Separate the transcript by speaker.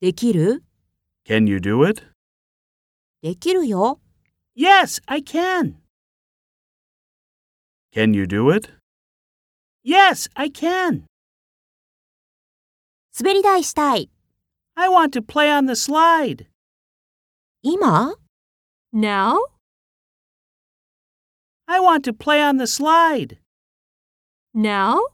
Speaker 1: できる
Speaker 2: Can you do it?
Speaker 1: できるよ。
Speaker 2: Yes, I can. Can you do it? Yes, I can.
Speaker 1: 滑り台したい。
Speaker 2: I want to play on the slide.
Speaker 1: 今 ?Now?
Speaker 2: I want to play on the slide.
Speaker 1: Now?